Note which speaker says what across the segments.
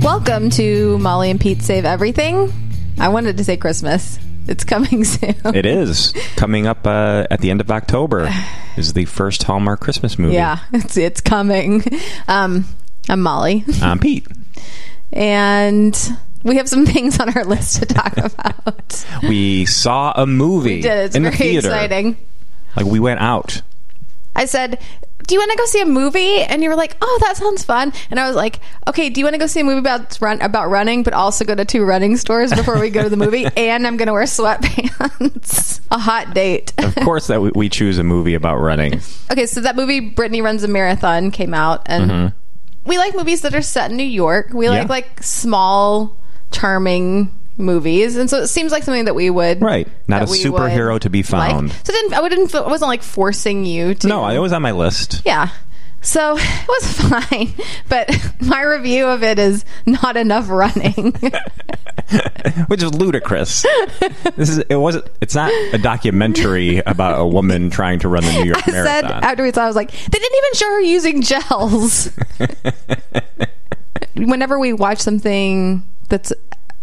Speaker 1: Welcome to Molly and Pete Save Everything. I wanted to say Christmas. It's coming soon.
Speaker 2: It is coming up uh, at the end of October. Is the first Hallmark Christmas movie.
Speaker 1: Yeah, it's it's coming. Um, I'm Molly,
Speaker 2: I'm Um, Pete.
Speaker 1: and we have some things on our list to talk about.
Speaker 2: We saw a movie
Speaker 1: Did it. it's
Speaker 2: in
Speaker 1: very
Speaker 2: the theater.
Speaker 1: exciting.
Speaker 2: Like we went out.
Speaker 1: I said, "Do you want to go see a movie?" And you were like, "Oh, that sounds fun." And I was like, "Okay, do you want to go see a movie about run about running, but also go to two running stores before we go to the movie?" and I'm going to wear sweatpants. a hot date.
Speaker 2: Of course, that we, we choose a movie about running.
Speaker 1: okay, so that movie Brittany runs a marathon came out, and we like movies that are set in New York. We like
Speaker 2: Mm-hmm. Yeah.
Speaker 1: like small, charming movies, and so it seems like something that we would
Speaker 2: Right. Not
Speaker 1: that
Speaker 2: a
Speaker 1: we would
Speaker 2: superhero to be
Speaker 1: like.
Speaker 2: found.
Speaker 1: So it didn't I wouldn't feel- I wasn't like forcing you to
Speaker 2: No, I was on my list.
Speaker 1: yeah. So it was fine, but my review of it is not enough running.
Speaker 2: which is ludicrous. this is it wasn't. It's not a documentary about a woman trying to run the New York
Speaker 1: I said
Speaker 2: Marathon.
Speaker 1: afterwards, I was like, they didn't even show her using gels. Whenever we watch something that's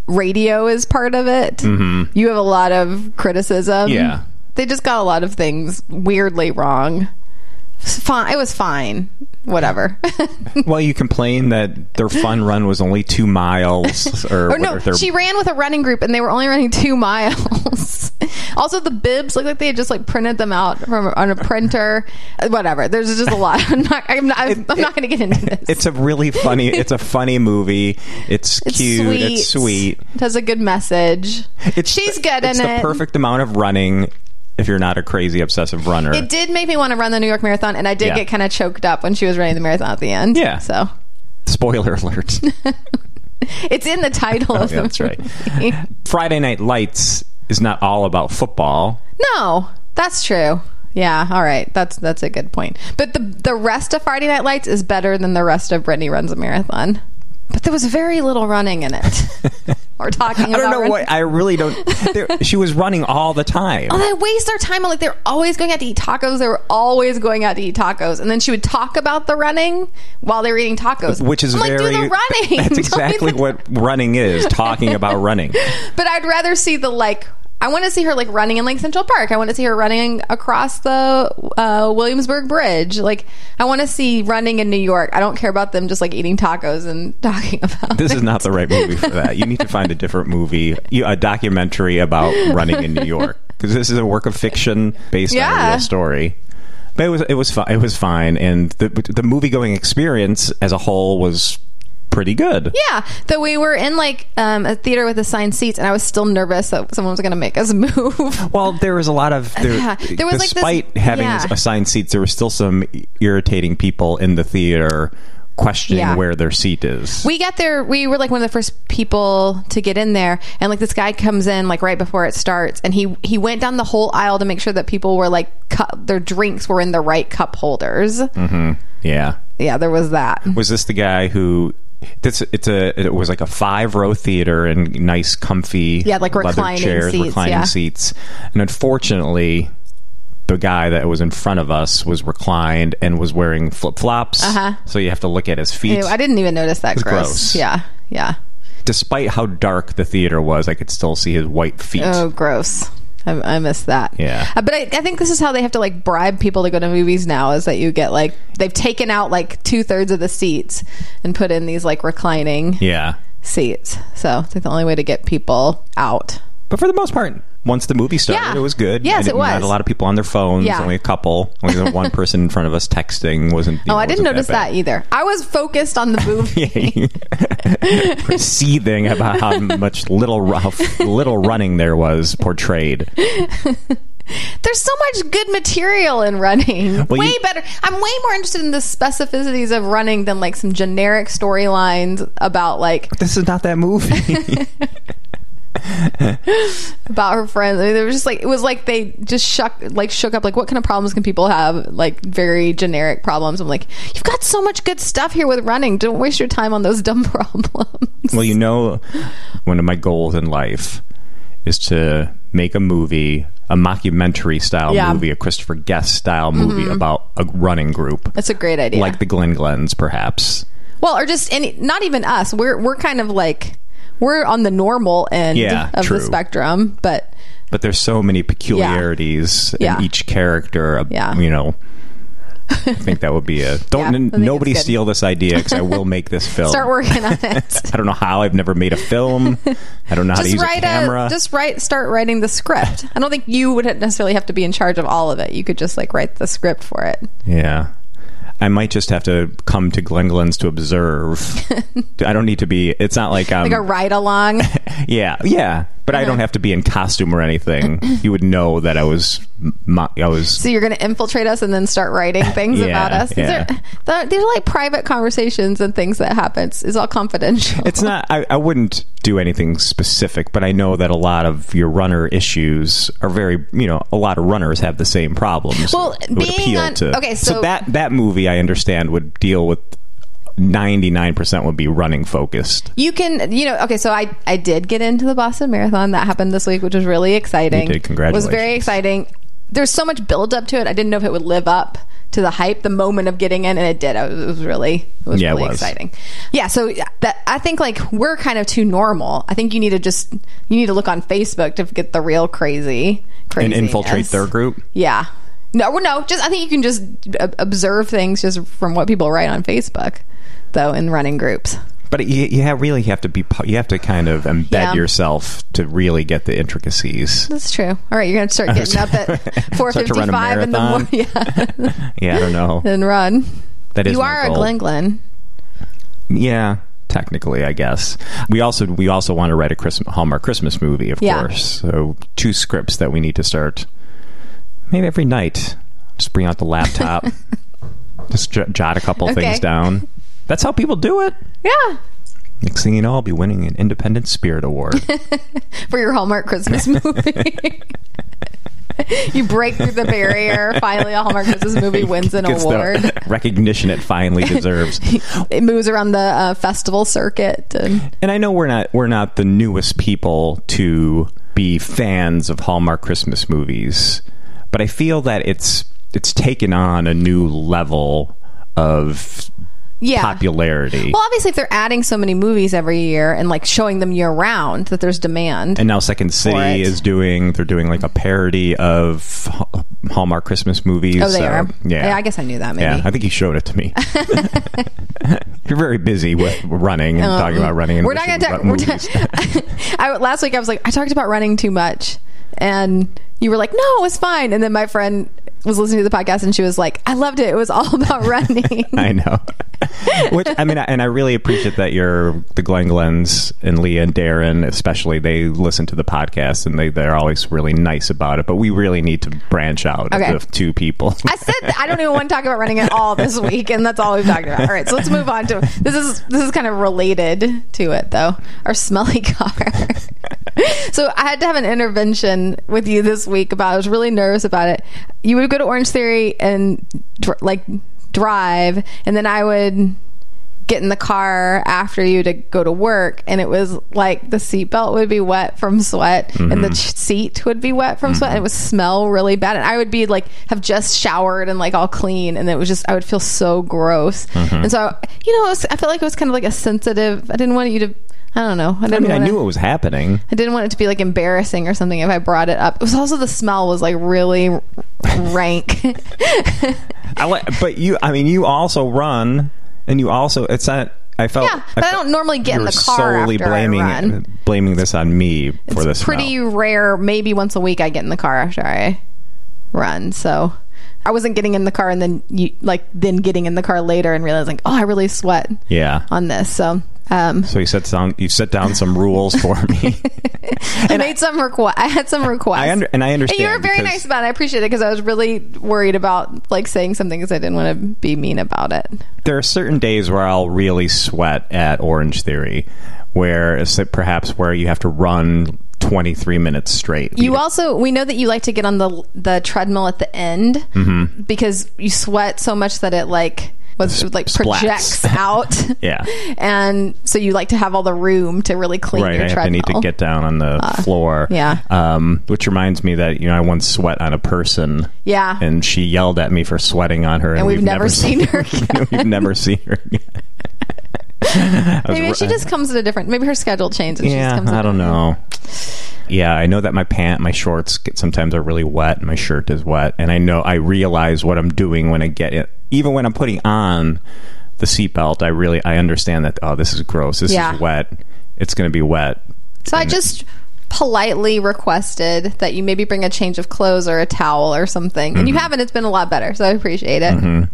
Speaker 1: radio is part of it, you have a lot of criticism.
Speaker 2: Mm-hmm. Yeah.
Speaker 1: They just got a lot of things weirdly wrong. It's fine. It was fine. Whatever.
Speaker 2: well, you complain that their fun run was only two miles, or,
Speaker 1: Or no,
Speaker 2: whether they're-
Speaker 1: she ran with a running group, and they were only running two miles. also, the bibs look like they had just like printed them out from on a printer. Uh, Whatever. There's just a lot. I'm not. I'm not. I'm, I'm not going to get into this.
Speaker 2: It's a really funny. It's a funny movie. It's,
Speaker 1: It's
Speaker 2: cute. It's sweet.
Speaker 1: It has a good message.
Speaker 2: It's
Speaker 1: She's good
Speaker 2: It's
Speaker 1: in
Speaker 2: the
Speaker 1: it.
Speaker 2: perfect amount of running. If you're not a crazy obsessive runner,
Speaker 1: It did make me want to run the New York Marathon, and I did
Speaker 2: Yeah.
Speaker 1: get kind of choked up when she was running the marathon at the end.
Speaker 2: Yeah.
Speaker 1: So
Speaker 2: spoiler alert.
Speaker 1: it's in the title of
Speaker 2: yeah,
Speaker 1: the
Speaker 2: that's right.
Speaker 1: movie.
Speaker 2: Friday Night Lights is not all about football.
Speaker 1: No, that's true. Yeah, all right. That's that's a good point. But the the rest of Friday Night Lights is better than the rest of Brittany Runs a Marathon. But there was very little running in it. or talking
Speaker 2: I
Speaker 1: about
Speaker 2: don't know
Speaker 1: running.
Speaker 2: what. I really don't. there- she was running all the time.
Speaker 1: Oh, they waste their time on like they're always going out to eat tacos. They were always going out to eat tacos, and then she would talk about the running while they were eating tacos,
Speaker 2: which is
Speaker 1: I'm like,
Speaker 2: very
Speaker 1: do the running. Don't
Speaker 2: That's
Speaker 1: do
Speaker 2: exactly
Speaker 1: the-
Speaker 2: what running is. Talking about running.
Speaker 1: But I'd rather see the like. I want to see her like running in like Central Park. I want to see her running across the uh, Williamsburg Bridge. Like I want to see running in New York. I don't care about them just like eating tacos and talking about.
Speaker 2: This
Speaker 1: it.
Speaker 2: is not the right movie for that. You need to find a different movie, you- a documentary about running in New York, because this is a work of fiction based on a
Speaker 1: Yeah.
Speaker 2: real story. But it was it was fine. It was fine, and the the movie going experience as a whole was pretty good.
Speaker 1: Yeah, though we were in like um, a theater with assigned seats, and I was still nervous that someone was going to make us move.
Speaker 2: Well, there was a lot of there,
Speaker 1: Yeah. There was, like, this-
Speaker 2: despite having
Speaker 1: yeah.
Speaker 2: assigned seats, there were still some irritating people in the theater questioning
Speaker 1: Yeah.
Speaker 2: where their seat is.
Speaker 1: we got there we were like one of the first people to get in there and like this guy comes in like right before it starts and he he went down the whole aisle to make sure that people were like cu- their drinks were in the right cup holders
Speaker 2: Mm-hmm. yeah.
Speaker 1: yeah there was that
Speaker 2: was this the guy who this it's a it was like a five row theater and nice comfy
Speaker 1: Yeah, like
Speaker 2: leather
Speaker 1: reclining
Speaker 2: chairs
Speaker 1: seats,
Speaker 2: reclining
Speaker 1: yeah.
Speaker 2: seats and unfortunately the guy that was in front of us was reclined and was wearing flip flops
Speaker 1: Uh-huh.
Speaker 2: so you have to look at his feet
Speaker 1: Ew, i didn't even notice that gross.
Speaker 2: gross.
Speaker 1: yeah yeah
Speaker 2: despite how dark the theater was i could still see his white feet
Speaker 1: oh gross I, I missed that.
Speaker 2: Yeah.
Speaker 1: Uh, but I, I think this is how they have to like bribe people to go to movies now is that you get like, they've taken out like two thirds of the seats and put in these like reclining
Speaker 2: yeah
Speaker 1: seats. So it's like the only way to get people out.
Speaker 2: but for the most part once the movie started
Speaker 1: Yeah.
Speaker 2: it was good
Speaker 1: Yes,
Speaker 2: I didn't-
Speaker 1: it was.
Speaker 2: not a lot of people on their phones
Speaker 1: Yeah.
Speaker 2: only a couple only the one person in front of us texting wasn't
Speaker 1: Oh, I didn't notice that,
Speaker 2: either.
Speaker 1: either. I was focused on the movie.
Speaker 2: seething about how much little ru- how f- little running there was portrayed.
Speaker 1: There's so much good material in running.
Speaker 2: Well,
Speaker 1: way
Speaker 2: you-
Speaker 1: better. I'm way more interested in the specificities of running than like some generic storylines about like
Speaker 2: This is not that movie.
Speaker 1: about her friends. I mean, they were just like it was like they just shook like shook up like what kind of problems can people have? Like very generic problems. I'm like, you've got so much good stuff here with running. Don't waste your time on those dumb problems.
Speaker 2: well, you know, one of my goals in life is to make a movie, a mockumentary style
Speaker 1: Yeah. Mm-hmm.
Speaker 2: movie, a Christopher Guest style movie about a running group,
Speaker 1: That's a great idea.
Speaker 2: like the Glen Glens, perhaps.
Speaker 1: Well, or just any, not even us. We're we're kind of like we're on the normal end
Speaker 2: Yeah,
Speaker 1: of
Speaker 2: true.
Speaker 1: the spectrum, but
Speaker 2: But there's so many peculiarities
Speaker 1: Yeah.
Speaker 2: in each character. uh,
Speaker 1: Yeah.
Speaker 2: You know, I think that would be a. Don't
Speaker 1: I think it's
Speaker 2: nobody
Speaker 1: good.
Speaker 2: steal this idea because I will make this film.
Speaker 1: start working on it.
Speaker 2: I don't know how. I've never made a film. I don't know how to
Speaker 1: just
Speaker 2: use a
Speaker 1: write
Speaker 2: camera.
Speaker 1: just write start writing the script. I don't think you would necessarily have to be in charge of all of it. You could just like write the script for it.
Speaker 2: Yeah. I might just have to come to Glenglen's to observe. I don't need to be. It's not like um,
Speaker 1: Like a Uh-huh. ride along.
Speaker 2: yeah, yeah. But I don't have to be in costume or anything. you would know that I was, my, I was.
Speaker 1: So you're going to infiltrate us and then start writing things
Speaker 2: Yeah,
Speaker 1: about us. Is
Speaker 2: yeah.
Speaker 1: there- there- these are like private conversations and things that happens. It's all confidential.
Speaker 2: It's not. I, I wouldn't do anything specific, but I know that a lot of your runner issues are very. You know, a lot of runners have the same problems.
Speaker 1: Well,
Speaker 2: It would
Speaker 1: being
Speaker 2: appeal
Speaker 1: on-
Speaker 2: to-
Speaker 1: okay, so-
Speaker 2: that that movie I understand would deal with ninety nine percent would be running focused.
Speaker 1: You can, you know, okay. So I, I did get into the Boston Marathon that happened this week, which was really exciting.
Speaker 2: You did. Congratulations.
Speaker 1: Was very exciting. There's so much build up to it. I didn't know if it would live up to the hype. The moment of getting in, and it did. I was- It was really, it was
Speaker 2: Yeah, it
Speaker 1: really
Speaker 2: was.
Speaker 1: exciting. Yeah. So that I think like we're kind of too normal. I think you need to just you need to look on Facebook to get the real crazy,
Speaker 2: and
Speaker 1: crazy
Speaker 2: infiltrate their group.
Speaker 1: Yeah. No, well, no. Just I think you can just ob- observe things just from what people write on Facebook, though, in running groups.
Speaker 2: But you, you have really have to be. pu- You have to kind of embed
Speaker 1: Yeah.
Speaker 2: yourself to really get the intricacies.
Speaker 1: That's true. All right, you're gonna start getting up at four
Speaker 2: Start to run a
Speaker 1: fifty-five in the morning,
Speaker 2: marathon.
Speaker 1: yeah,
Speaker 2: Yeah, I don't know.
Speaker 1: and run.
Speaker 2: That is
Speaker 1: you
Speaker 2: my
Speaker 1: are a
Speaker 2: goal.
Speaker 1: Glen Glen.
Speaker 2: Yeah, technically, I guess. We also we also want to write a Christmas, Hallmark Christmas movie, of
Speaker 1: Yeah.
Speaker 2: course. So two scripts that we need to start. Maybe every night, just bring out the laptop, just j- jot a couple
Speaker 1: Okay.
Speaker 2: things down. That's how people do it.
Speaker 1: Yeah,
Speaker 2: Next thing you know, I'll be winning an Independent Spirit Award.
Speaker 1: for your Hallmark Christmas movie. you break through the barrier. Finally, a Hallmark Christmas movie wins an
Speaker 2: Gets the
Speaker 1: award.
Speaker 2: recognition it finally deserves.
Speaker 1: It moves around the uh, festival circuit. And
Speaker 2: and I know we're not we're not the newest people to be fans of Hallmark Christmas movies, but I feel that it's it's taken on a new level of
Speaker 1: yeah,
Speaker 2: popularity.
Speaker 1: well, obviously, if they're adding so many movies every year and like showing them year round, that there's demand.
Speaker 2: and now Second City
Speaker 1: it.
Speaker 2: is doing they're doing like a parody of Ha- Hallmark Christmas movies.
Speaker 1: oh, they
Speaker 2: so,
Speaker 1: are.
Speaker 2: Yeah.
Speaker 1: I guess I knew that. Maybe.
Speaker 2: yeah, I think you showed it to me. You're very busy with running and talking about running. And
Speaker 1: Oh, we're not going
Speaker 2: wishing
Speaker 1: to talk.
Speaker 2: about
Speaker 1: We're
Speaker 2: movies.
Speaker 1: ta- I, last week I was like, I talked about running too much, and you were like, No, it was fine. And then my friend was listening to the podcast, and she was like, I loved it. It was all about running.
Speaker 2: I know. Which I mean, and I really appreciate that you're the Glen Glens and Leah and Darren, especially. They listen to the podcast and they they're always really nice about it. But we really need to branch out
Speaker 1: Okay.
Speaker 2: of the two people.
Speaker 1: I said I don't even want to talk about running at all this week, and that's all we've talked about. All right, so let's move on to this is this is kind of related to it though. Our smelly car. so I had to have an intervention with you this week about. I was really nervous about it. You would go to Orange Theory and dr- like drive, and then I would get in the car after you to go to work and it was like the seatbelt would be wet from sweat and
Speaker 2: Mm-hmm.
Speaker 1: the ch- seat would be wet from sweat and it would smell really bad and i would be like have just showered and like all clean and it was just i would feel so gross
Speaker 2: Mm-hmm.
Speaker 1: and so you know it was, i felt like it was kind of like a sensitive i didn't want you to i don't know i didn't
Speaker 2: I mean, I
Speaker 1: want
Speaker 2: knew it was happening.
Speaker 1: I didn't want it to be like embarrassing or something if I brought it up. It was also the smell was like really rank.
Speaker 2: Oh, I like, but you. I mean, you also run, and you also. It's not. I felt.
Speaker 1: Yeah, but I
Speaker 2: felt
Speaker 1: don't normally get in
Speaker 2: you were
Speaker 1: the car
Speaker 2: solely
Speaker 1: after I
Speaker 2: blaming
Speaker 1: run.
Speaker 2: blaming this on me for this.
Speaker 1: pretty rare. Maybe once a week I get in the car after I run. So I wasn't getting in the car and then you like then getting in the car later and realizing oh I really sweat
Speaker 2: Yeah.
Speaker 1: on this. So um,
Speaker 2: So you set down you set down some rules for me.
Speaker 1: I made some request. I had some requests.
Speaker 2: I under, and I
Speaker 1: And
Speaker 2: understand.
Speaker 1: you were very
Speaker 2: because-
Speaker 1: nice about it. I appreciate it because I was really worried about like saying something because I didn't want to be mean about it.
Speaker 2: there are certain days where I'll really sweat at Orange Theory, where it's like perhaps where you have to run 23 minutes straight.
Speaker 1: You also we know that you like to get on the the treadmill at the end
Speaker 2: Mm-hmm.
Speaker 1: because you sweat so much that it like was like
Speaker 2: splats.
Speaker 1: projects out.
Speaker 2: Yeah.
Speaker 1: and so you like to have all the room to really clean
Speaker 2: Right,
Speaker 1: your
Speaker 2: I have to
Speaker 1: treadmill. Uh,
Speaker 2: need to get down on the floor.
Speaker 1: yeah.
Speaker 2: um, which reminds me that you know I once sweat on a person.
Speaker 1: Yeah.
Speaker 2: and she yelled at me for sweating on her, and,
Speaker 1: we've never seen her
Speaker 2: we've never seen her. again.
Speaker 1: Maybe she just comes at a different. Maybe her schedule changes. she just
Speaker 2: yeah,
Speaker 1: comes at
Speaker 2: I
Speaker 1: a-
Speaker 2: don't know. Yeah, I know that my pant, my shorts get sometimes are really wet, and my shirt is wet, and I know I realize what I'm doing when I get it. Even when I'm putting on the seatbelt, I really I understand that. Oh, this is gross. This
Speaker 1: Yeah.
Speaker 2: is wet. It's going to be wet.
Speaker 1: So I just politely requested that you maybe bring a change of clothes or a towel or something, and you
Speaker 2: Mm-hmm.
Speaker 1: haven't. It's been a lot better, so I appreciate it.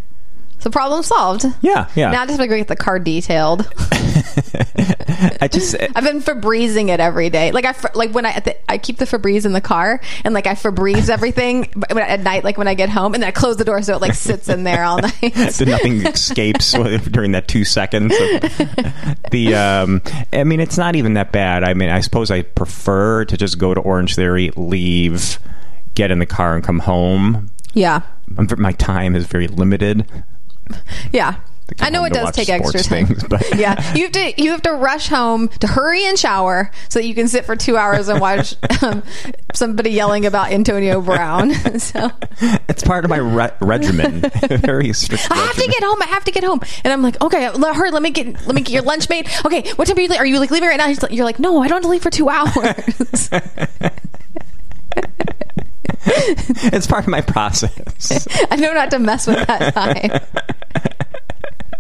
Speaker 1: So problem solved.
Speaker 2: Yeah, yeah.
Speaker 1: Now I just have to get the car detailed.
Speaker 2: I just
Speaker 1: I've been Febrezing it every day. Like I fr- like when I at the, I keep the Febreze in the car and like I Febreze everything but when, at night. Like when I get home and then I close the door so it like sits in there all night.
Speaker 2: that nothing escapes during that two seconds. Of the um, I mean, it's not even that bad. I mean, I suppose I prefer to just go to Orange Theory, leave, get in the car, and come home.
Speaker 1: yeah,
Speaker 2: I'm, my time is very limited.
Speaker 1: yeah. I know
Speaker 2: home
Speaker 1: it
Speaker 2: to
Speaker 1: does
Speaker 2: watch
Speaker 1: take extra
Speaker 2: sports
Speaker 1: time.
Speaker 2: things, but-
Speaker 1: yeah, you have to you have to rush home to hurry and shower so that you can sit for two hours and watch um, somebody yelling about Antonio Brown. so
Speaker 2: It's part of my re- regimen. very strict.
Speaker 1: I have to get home. I have to get home. And I'm like, okay, let her. Let me get. Let me get your lunch made. Okay, what time are you? le- Are you like leaving right now? He's like- You're like, no, I don't have to leave for two hours.
Speaker 2: It's part of my process.
Speaker 1: I know not to mess with that time.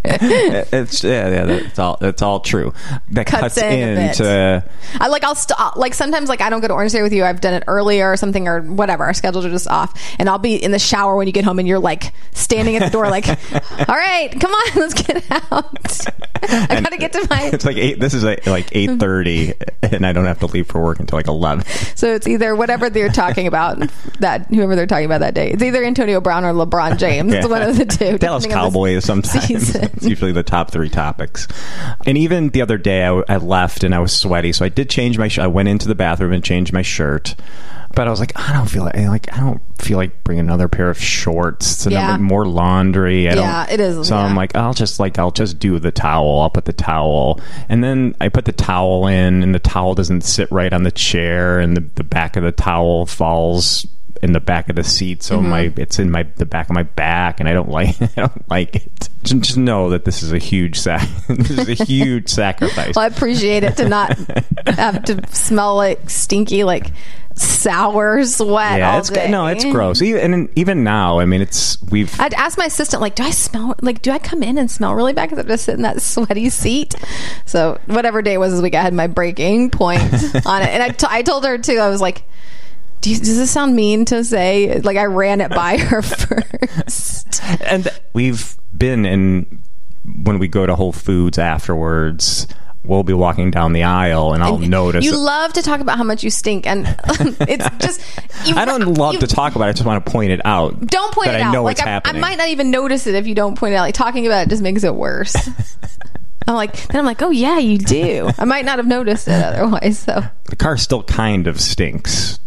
Speaker 2: it's yeah, yeah. That's all. That's all true. That
Speaker 1: Cuts
Speaker 2: cuts,
Speaker 1: in a bit.
Speaker 2: into.
Speaker 1: I like I'll st- I'll- like sometimes like I don't go to Orange Theory with you. I've done it earlier or something or whatever. Our schedules are just off, and I'll be in the shower when you get home, and you're like standing at the door, like, all right, come on, let's get out. I gotta get to my.
Speaker 2: It's like eight. This is like, like eight thirty, and I don't have to leave for work until like eleven.
Speaker 1: So it's either whatever they're talking about that whoever they're talking about that day. It's either Antonio Brown or LeBron James. It's
Speaker 2: Yeah.
Speaker 1: one of the two.
Speaker 2: Dallas
Speaker 1: depending on the-
Speaker 2: Cowboys sometimes.
Speaker 1: season.
Speaker 2: it's usually the top three topics. And even the other day, I, w- I left and I was sweaty, so I did change my. Sh- I went into the bathroom and changed my shirt, but I was like, I don't feel like, like I don't feel like bring another pair of shorts. It's another-
Speaker 1: Yeah.
Speaker 2: more laundry. I
Speaker 1: Yeah,
Speaker 2: don't-
Speaker 1: it is,
Speaker 2: So
Speaker 1: yeah.
Speaker 2: I'm like, I'll just like I'll just do the towel. I'll put the towel, and then I put the towel in, and the towel doesn't sit right on the chair, and the, the back of the towel falls in the back of the seat, so
Speaker 1: Mm-hmm.
Speaker 2: my it's in my the back of my back, and I don't like I don't like it. Just, just know that this is a huge sac. this is a huge sacrifice.
Speaker 1: Well, I appreciate it to not have to smell like stinky, like sour sweat. all
Speaker 2: it's
Speaker 1: day.
Speaker 2: no, it's gross. Even and even now, I mean, it's we've
Speaker 1: I'd ask my assistant, like, do I smell, like, do I come in and smell really bad because I'm just sitting in that sweaty seat? So, whatever day it was this week, I had my breaking point on it. And I, t- I told her, too, I was like, do you, does this sound mean to say? Like, I ran it by her first.
Speaker 2: and we've been in when we go to Whole Foods afterwards. We'll be walking down the aisle, and I'll notice.
Speaker 1: You love to talk about how much you stink, and um, it's just. You,
Speaker 2: I don't love
Speaker 1: you-
Speaker 2: to talk about it. I just want to point it out.
Speaker 1: Don't point
Speaker 2: that
Speaker 1: it
Speaker 2: I
Speaker 1: out.
Speaker 2: know
Speaker 1: like
Speaker 2: it's
Speaker 1: I,
Speaker 2: happening.
Speaker 1: I might not even notice it if you don't point it out. Like talking about it just makes it worse. I'm like, then I'm like, oh yeah, you do. I might not have noticed it otherwise. So
Speaker 2: the car still kind of stinks.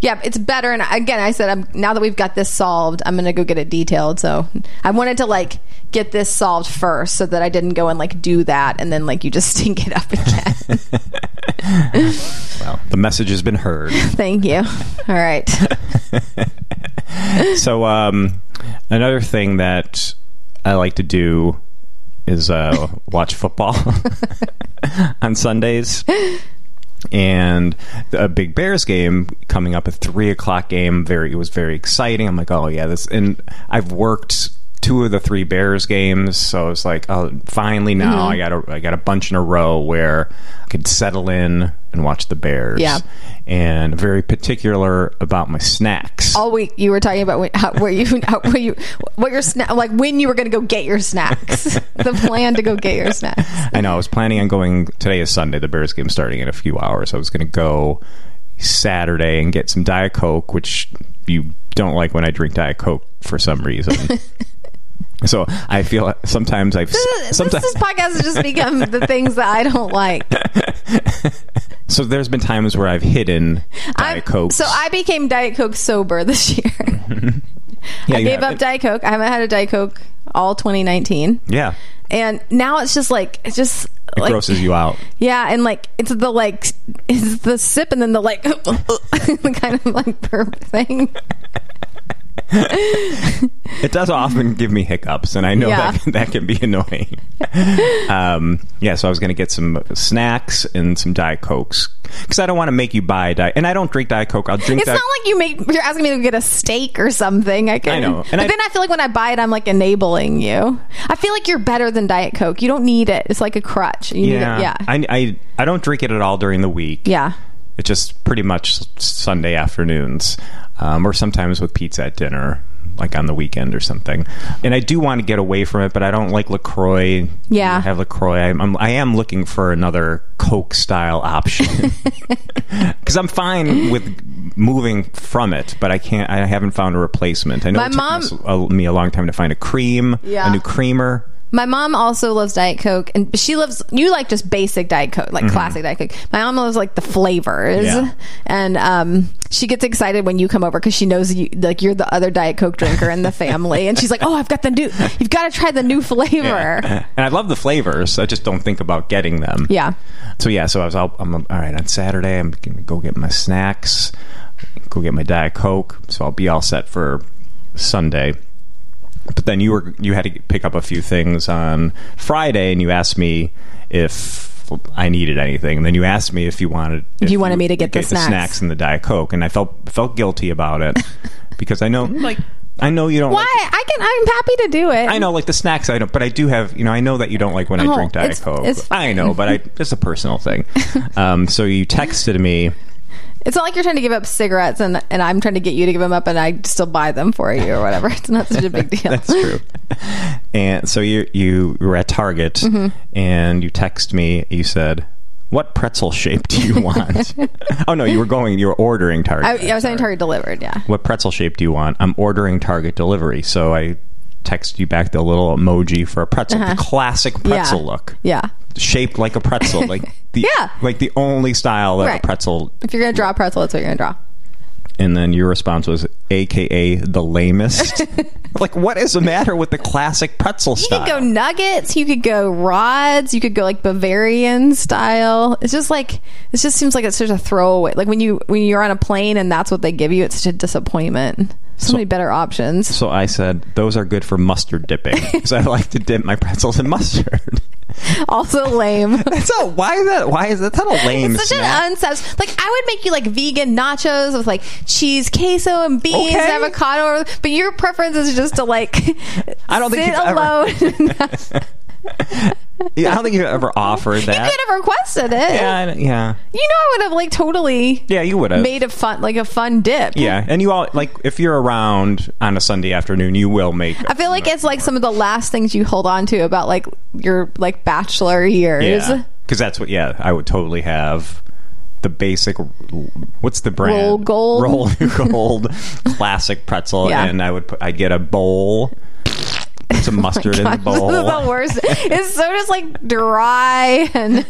Speaker 1: yeah, it's better. And again, I said, I'm, now that we've got this solved, I'm gonna go get it detailed. So I wanted to like get this solved first, so that I didn't go and like do that, and then like you just stink it up again.
Speaker 2: Well, the message has been heard.
Speaker 1: Thank you. All right.
Speaker 2: so, um, another thing that I like to do is uh, watch football on Sundays. And a big Bears game coming up, a three o'clock game. Very, it was very exciting. I'm like, oh yeah, this. And I've worked two of the three Bears games, so it's like, oh, finally now I got a, I got a bunch in a row where I could settle in and watch the Bears.
Speaker 1: Yeah.
Speaker 2: And very particular about my snacks.
Speaker 1: all week you were talking about when, how, where you how, where you what your sna- like when you were going to go get your snacks the plan to go get your snacks
Speaker 2: I know. I was planning on going. Today is Sunday. The Bears game starting in a few hours. I was going to go Saturday and get some Diet Coke, which you don't like when I drink Diet Coke for some reason. so I feel sometimes I've sometimes.
Speaker 1: this, this podcast has just become the things that I don't like
Speaker 2: so there's been times where I've hidden
Speaker 1: I-
Speaker 2: Diet Coke.
Speaker 1: so I became Diet Coke sober this year I gave up Diet Coke I haven't had a Diet Coke all 2019
Speaker 2: Yeah,
Speaker 1: and now it's just like it's just
Speaker 2: it
Speaker 1: like
Speaker 2: grosses you out.
Speaker 1: yeah and like it's the like it's the sip and then the like kind of like burp thing
Speaker 2: It does often give me hiccups, and I know
Speaker 1: Yeah.
Speaker 2: that, that can be annoying. um, yeah, so I was going to get some snacks and some Diet Cokes because I don't want to make you buy Diet. And I don't drink Diet Coke. I'll drink
Speaker 1: It's
Speaker 2: Diet
Speaker 1: not like you make you're asking me to get a steak or something. I can.
Speaker 2: I know. And
Speaker 1: but
Speaker 2: I-
Speaker 1: then I feel like when I buy it, I'm like enabling you. I feel like you're better than Diet Coke. You don't need it. It's like a crutch. You Need it. Yeah.
Speaker 2: I, I, I don't drink it at all during the week.
Speaker 1: yeah.
Speaker 2: It's just pretty much Sunday afternoons, um, or sometimes with pizza at dinner, like on the weekend or something. And I do want to get away from it, but I don't like Lacroix.
Speaker 1: Yeah.
Speaker 2: I have Lacroix. I'm, I'm I am looking for another Coke style option because I'm fine with moving from it, but I can't. I haven't found a replacement. I know
Speaker 1: My
Speaker 2: it took
Speaker 1: mom-
Speaker 2: us- a- me a long time to find a cream,
Speaker 1: Yeah.
Speaker 2: a new creamer.
Speaker 1: My mom also loves Diet Coke, and she loves you like just basic Diet Coke, like classic Diet Coke. My mom loves like the flavors,
Speaker 2: Mm-hmm. Yeah.
Speaker 1: and um, she gets excited when you come over because she knows you like you're the other Diet Coke drinker in the family, and she's like, "Oh, I've got the new. You've got to try the new flavor." Yeah.
Speaker 2: And I love the flavors. I just don't think about getting them. So yeah, so I was all, I'm all right on Saturday. I'm gonna go get my snacks, go get my diet coke. So I'll be all set for Sunday. But then you were you had to pick up a few things on Friday, and you asked me if I needed anything. And then you asked me if you wanted if
Speaker 1: you wanted me to get the snacks.
Speaker 2: and the diet coke, and I felt felt guilty about it because I know like I know you don't.
Speaker 1: Why?
Speaker 2: like-
Speaker 1: I can. I'm happy to do it.
Speaker 2: I know, like the snacks I don't, but I do have, you know, I know that you don't like when I
Speaker 1: Oh,
Speaker 2: drink Diet
Speaker 1: it's-
Speaker 2: Coke.
Speaker 1: it's-
Speaker 2: I know, but I, it's a personal thing. Um, so you texted me.
Speaker 1: It's not like you're trying to give up cigarettes, and and I'm trying to get you to give them up, and I still buy them for you or whatever. It's not such a big deal.
Speaker 2: That's true. And so you you were at Target
Speaker 1: Mm-hmm.
Speaker 2: and you text me. You said, "What pretzel shape do you want?" oh no, you were going. You were ordering Target.
Speaker 1: I, I was saying Target delivered. Yeah.
Speaker 2: What pretzel shape do you want? I'm ordering Target delivery. So I text you back the little emoji for a pretzel, the classic pretzel
Speaker 1: Uh-huh. yeah.
Speaker 2: look.
Speaker 1: Yeah.
Speaker 2: shaped like a pretzel, like the
Speaker 1: Yeah.
Speaker 2: like the only style that
Speaker 1: Right.
Speaker 2: a pretzel.
Speaker 1: If you're gonna draw a pretzel, that's what you're gonna draw.
Speaker 2: And then your response was, AKA the lamest. like, what is the matter with the classic pretzel
Speaker 1: You
Speaker 2: style?
Speaker 1: could go nuggets. You could go rods. You could go like Bavarian style. It's just like it just seems like it's such a throwaway. Like when you when you're on a plane and that's what they give you, it's such a disappointment. So, many better options.
Speaker 2: so I said, those are good for mustard dipping because I like to dip my pretzels in mustard.
Speaker 1: Also lame.
Speaker 2: That's all. Why is that? Why is that? That's not a lame
Speaker 1: It's such
Speaker 2: snack.
Speaker 1: an unsubs. Like I would make you like vegan nachos with like cheese, queso, and beans,
Speaker 2: Okay.
Speaker 1: and avocado. But your preference is just to like
Speaker 2: I don't
Speaker 1: sit
Speaker 2: think you've ever-
Speaker 1: alone.
Speaker 2: Yeah, I don't think you've ever offered
Speaker 1: you
Speaker 2: that.
Speaker 1: could have requested it.
Speaker 2: yeah, I- yeah,
Speaker 1: You know, I would have like totally
Speaker 2: yeah. You would have.
Speaker 1: made a fun like a fun dip.
Speaker 2: Yeah, and you all like if you're around on a Sunday afternoon, you will make.
Speaker 1: I feel like it's like some of the last things you hold on to about like your like bachelor years.
Speaker 2: Yeah, because that's what. Yeah, I would totally have the basic. What's the brand?
Speaker 1: Roll Gold?
Speaker 2: Roll Gold classic pretzel,
Speaker 1: Yeah. Oh
Speaker 2: and I would put, I'd get a bowl. Put some mustard in the
Speaker 1: Gosh,
Speaker 2: bowl.
Speaker 1: This is the worst. it's so just like dry and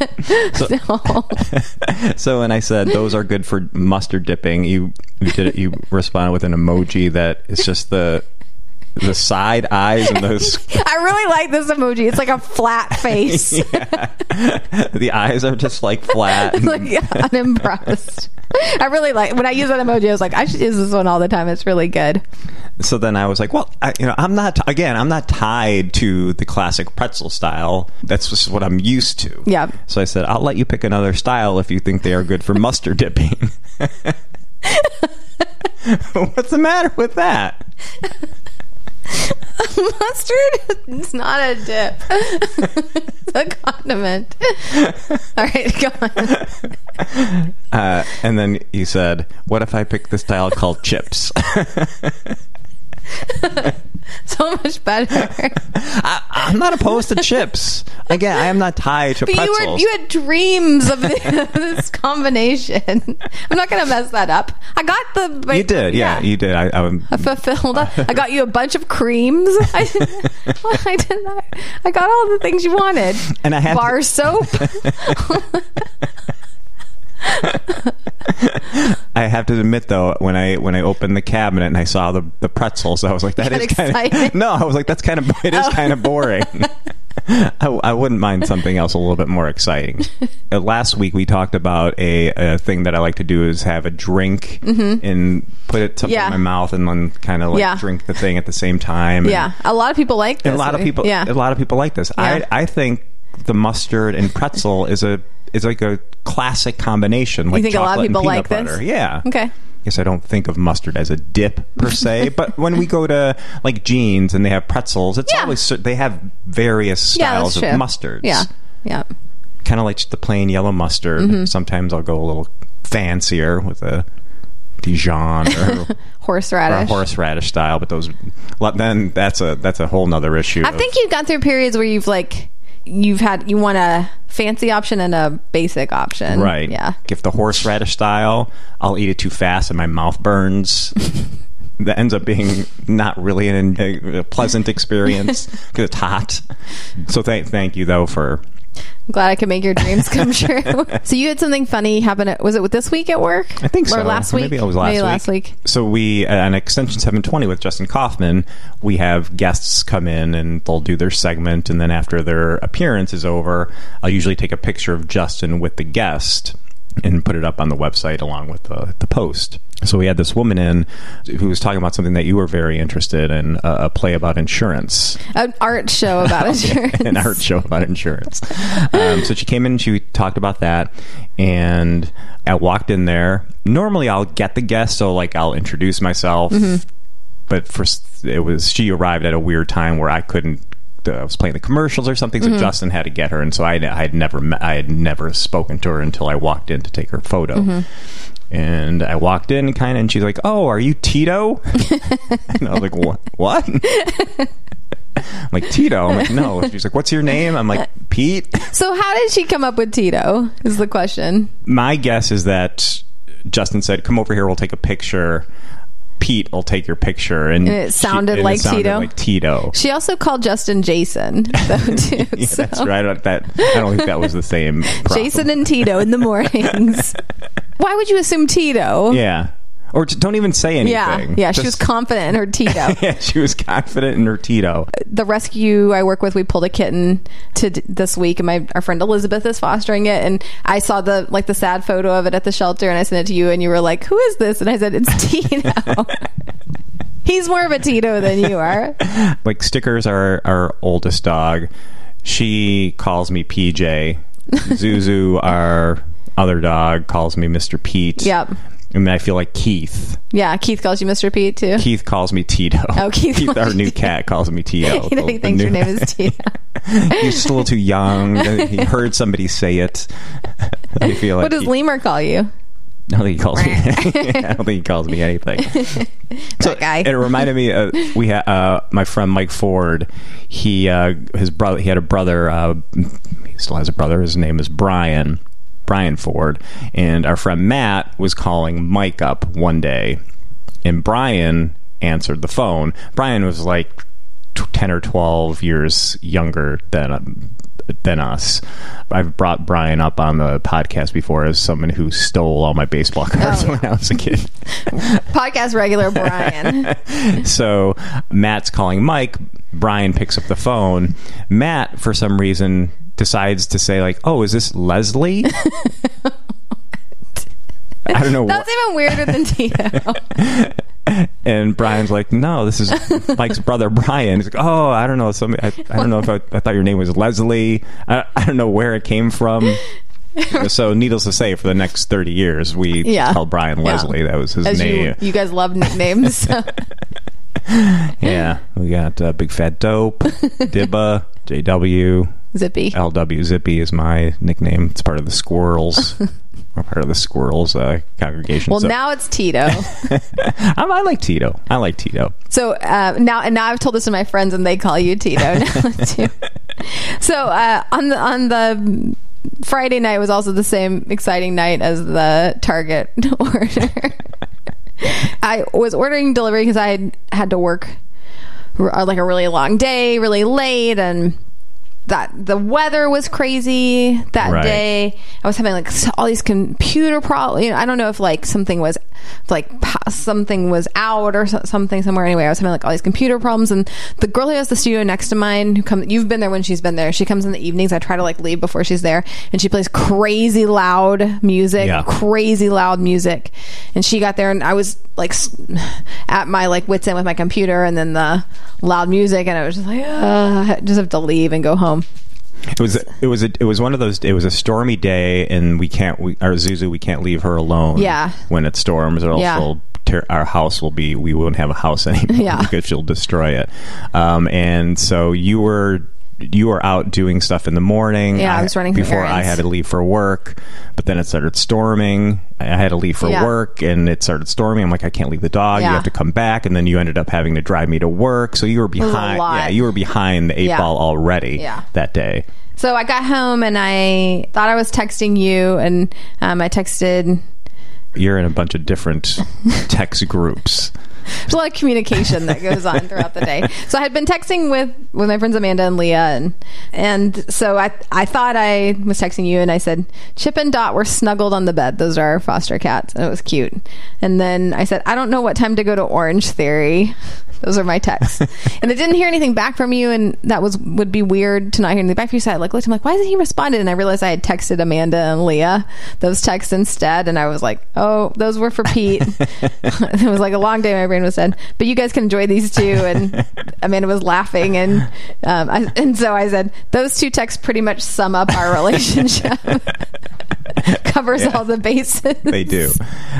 Speaker 1: No.
Speaker 2: So, and I said those are good for mustard dipping. You you did it. You responded with an emoji that is just the the side eyes and those
Speaker 1: I really like this emoji. It's like a flat face.
Speaker 2: the eyes are just like flat. and-
Speaker 1: like unimpressed. I really like when I use that emoji. I was like, I should use this one all the time. It's really good.
Speaker 2: so then I was like, well, I, you know, I'm not again, I'm not tied to the classic pretzel style. That's just what I'm used to.
Speaker 1: Yeah.
Speaker 2: So I said, I'll let you pick another style if you think they are good for mustard dipping. What's the matter with that?
Speaker 1: Mustard? It's not a dip. it's a condiment. All right, go on.
Speaker 2: Uh, and then you said, what if I pick the style called chips?
Speaker 1: So much better.
Speaker 2: I, I'm not opposed to chips. Again, I am not tied to
Speaker 1: But you
Speaker 2: pretzels.
Speaker 1: were you had dreams of this combination. I'm not gonna mess that up. I got the
Speaker 2: You did, yeah, you did. I, I,
Speaker 1: I fulfilled. I got you a bunch of creams. I, well, I did not. I got all the things you wanted.
Speaker 2: And I have to-
Speaker 1: bar soap.
Speaker 2: I have to admit though, when I when I opened the cabinet and I saw the, the pretzels, I was like, that
Speaker 1: Got
Speaker 2: is kind
Speaker 1: excited?
Speaker 2: of no. I was like, that's kind of it is
Speaker 1: Oh.
Speaker 2: kind of boring. I, I wouldn't mind something else a little bit more exciting. Uh, Last week we talked about a, a thing that I like to do is have a drink and put it
Speaker 1: Mm-hmm.
Speaker 2: something
Speaker 1: Yeah.
Speaker 2: in my mouth and then kind of like
Speaker 1: Yeah.
Speaker 2: drink the thing at the same time. and-
Speaker 1: Yeah, a lot of people like this.
Speaker 2: a lot of people
Speaker 1: Yeah,
Speaker 2: a lot of people like this
Speaker 1: Yeah.
Speaker 2: i i think the mustard and pretzel is a is like a classic combination like
Speaker 1: think a lot of
Speaker 2: chocolate and
Speaker 1: people
Speaker 2: peanut
Speaker 1: like this?
Speaker 2: butter. yeah
Speaker 1: Okay.
Speaker 2: Yes, I don't think of mustard as a dip per se, but when we go to like jeans and they have pretzels, it's
Speaker 1: Yeah.
Speaker 2: always always they have various
Speaker 1: yeah, that's
Speaker 2: styles
Speaker 1: true.
Speaker 2: of mustards.
Speaker 1: Yeah, yeah.
Speaker 2: kind of like just the plain yellow mustard.
Speaker 1: Mm-hmm.
Speaker 2: Sometimes I'll go a little fancier with a Dijon or, or a
Speaker 1: Horseradish.
Speaker 2: horseradish style, but those well, then that's a that's a whole nother issue.
Speaker 1: I
Speaker 2: of-
Speaker 1: think you've gone through periods where you've like you've had you want a fancy option and a basic option.
Speaker 2: Right.
Speaker 1: Yeah.
Speaker 2: If the horseradish style, I'll eat it too fast and my mouth burns. that ends up being not really an, a, pleasant experience because it's hot. So thank thank you though for
Speaker 1: I'm glad I could make your dreams come true. so you had something funny happen. At, was it this week at work?
Speaker 2: I think
Speaker 1: or
Speaker 2: so.
Speaker 1: last
Speaker 2: Or
Speaker 1: week.
Speaker 2: maybe it was last
Speaker 1: Maybe
Speaker 2: week.
Speaker 1: last week.
Speaker 2: So we uh, an extension 720 with Justin Kaufman. We have guests come in and they'll do their segment, and then after their appearance is over, I'll usually take a picture of Justin with the guest and put it up on the website along with the, the post. So we had this woman in who was talking about something that you were very interested in, uh, a play about insurance
Speaker 1: An art show about insurance.
Speaker 2: an art show about insurance. Um, so she came in, she talked about that, and I walked in there. Normally, I'll get the guest, so like I'll introduce myself. But for it was she arrived at a weird time where I couldn't. uh, I was playing the commercials or something, so Justin had to get her, and so I, I had never met, I had never spoken to her until I walked in to take her photo. And I walked in, kind of, and she's like, "Oh, are you Tito?" and I was like, "What? What?" I'm like Tito. I'm like, "No." She's like, "What's your name?" I'm like, "Pete."
Speaker 1: So how did she come up with Tito? Is the question.
Speaker 2: My guess is that Justin said, "Come over here. We'll take a picture." Pete will take your picture, and,
Speaker 1: And it sounded
Speaker 2: and
Speaker 1: like
Speaker 2: it sounded
Speaker 1: Tito?
Speaker 2: Like Tito.
Speaker 1: She also called Justin Jason though too.
Speaker 2: Yeah,
Speaker 1: so.
Speaker 2: that's right. I don't, that, I don't think that was the same. problem.
Speaker 1: Jason and Tito in the mornings. Why would you assume Tito?
Speaker 2: yeah. Or t- don't even say anything.
Speaker 1: yeah. yeah, She was
Speaker 2: Just-
Speaker 1: confident in her Tito.
Speaker 2: yeah, she was confident in her Tito.
Speaker 1: the rescue I work with, we pulled a kitten to d- this week, and my our friend Elizabeth is fostering it. And I saw the like the sad photo of it at the shelter, and I sent it to you, and you were like, "Who is this?" And I said, "It's Tito." He's more of a Tito than you are.
Speaker 2: like stickers are our oldest dog she calls me pj zuzu our other dog calls me mr pete
Speaker 1: Yep.
Speaker 2: and then i feel like keith
Speaker 1: Yeah, Keith calls you Mr. Pete too.
Speaker 2: keith calls me tito
Speaker 1: Oh, Keith calls
Speaker 2: our
Speaker 1: you
Speaker 2: new
Speaker 1: Tito.
Speaker 2: cat calls me tito
Speaker 1: he
Speaker 2: The- the
Speaker 1: thinks your
Speaker 2: new-
Speaker 1: name is Tito.
Speaker 2: he's still a little too young he heard somebody say it i feel like
Speaker 1: What does
Speaker 2: he-
Speaker 1: Lemur call you?
Speaker 2: I don't think he calls me. I don't think he calls me anything. so
Speaker 1: guy.
Speaker 2: it reminded me. Uh, we had uh, my friend Mike Ford. He uh, his brother. He had a brother. Uh, he still has a brother. His name is Brian. Brian Ford. And our friend Matt was calling Mike up one day, and Brian answered the phone. Brian was like t- ten or twelve years younger than um, than us. I've brought Brian up on the podcast before as someone who stole all my baseball cards when I was a kid.
Speaker 1: Podcast regular Brian.
Speaker 2: so Matt's calling Mike. Brian picks up the phone. Matt, for some reason, decides to say like, "Oh, is this Leslie?" I don't know. wh-
Speaker 1: That's even weirder than Tito.
Speaker 2: and Brian's like, "No, this is Mike's brother Brian." He's like, "Oh, I don't know. Some, I, I don't know if I, I thought your name was Leslie. I, I don't know where it came from." so, needless to say, for the next thirty years, we
Speaker 1: Yeah.
Speaker 2: called Brian Leslie. That was his
Speaker 1: As you,
Speaker 2: name.
Speaker 1: you guys love nicknames. so.
Speaker 2: Yeah, we got uh, Big Fat Dope, Dibba, JW,
Speaker 1: Zippy.
Speaker 2: LW Zippy is my nickname. It's part of the Squirrels. We're part of the Squirrels uh, congregation.
Speaker 1: Well,
Speaker 2: So-
Speaker 1: now it's Tito.
Speaker 2: I, I like Tito. I like Tito.
Speaker 1: So uh, now, and now I've told this to my friends, and they call you Tito now too. So uh, on the on the Friday night was also the same exciting night as the Target order. I was ordering delivery because I had, had to work r- uh, like a really long day, really late, and that the weather was crazy that
Speaker 2: Right.
Speaker 1: day. I was having like s- all these computer problems. You know, I don't know if like something was like po- something was out or so- something somewhere. Anyway, I was having like all these computer problems, and the girl who has the studio next to mine, who comes, you've been there when she's been there. She comes in the evenings. I try to like leave before she's there, and she plays crazy loud music,
Speaker 2: Yeah.
Speaker 1: crazy loud music. And she got there, and I was like s- at my like wits end with my computer, and then the loud music, and I was just like, Ugh, I just have to leave and go home.
Speaker 2: It was it was a, it was one of those. It was a stormy day, and we can't. We, our Zuzu, we can't leave her alone.
Speaker 1: Yeah.
Speaker 2: When it storms, or else
Speaker 1: Yeah.
Speaker 2: we'll tear, our house will be. We won't have a house anymore
Speaker 1: Yeah.
Speaker 2: because she'll destroy it. Um, and so you were you were out doing stuff in the morning.
Speaker 1: Yeah, I was running some
Speaker 2: before I
Speaker 1: errands.
Speaker 2: had to leave for work, but then it started storming. I had to leave for
Speaker 1: Yeah.
Speaker 2: work, and it started storming. I'm like, I can't leave the dog.
Speaker 1: Yeah.
Speaker 2: You have to come back, and then you ended up having to drive me to work. So you were
Speaker 1: was a
Speaker 2: behind.
Speaker 1: lot.
Speaker 2: Yeah, you were behind the eight
Speaker 1: Yeah.
Speaker 2: ball already.
Speaker 1: Yeah.
Speaker 2: that day.
Speaker 1: So I got home and I thought I was texting you, and um, I texted.
Speaker 2: you're in a bunch of different text groups.
Speaker 1: There's a lot of communication that goes on throughout the day. So I had been texting with with my friends Amanda and Leah, and and so I I thought I was texting you, and I said Chip and Dot were snuggled on the bed. Those are our foster cats, and it was cute. And then I said I don't know what time to go to Orange Theory. Those are my texts, and I didn't hear anything back from you, and that was would be weird to not hear anything back from you. So I like looked, I'm like, why hasn't he responded? And I realized I had texted Amanda and Leah those texts instead, and I was like, oh, those were for Pete. it was like a long day. My brain was dead, but you guys can enjoy these two. And Amanda was laughing, and um, I, and so I said, those two texts pretty much sum up our relationship. Covers all the bases.
Speaker 2: They do.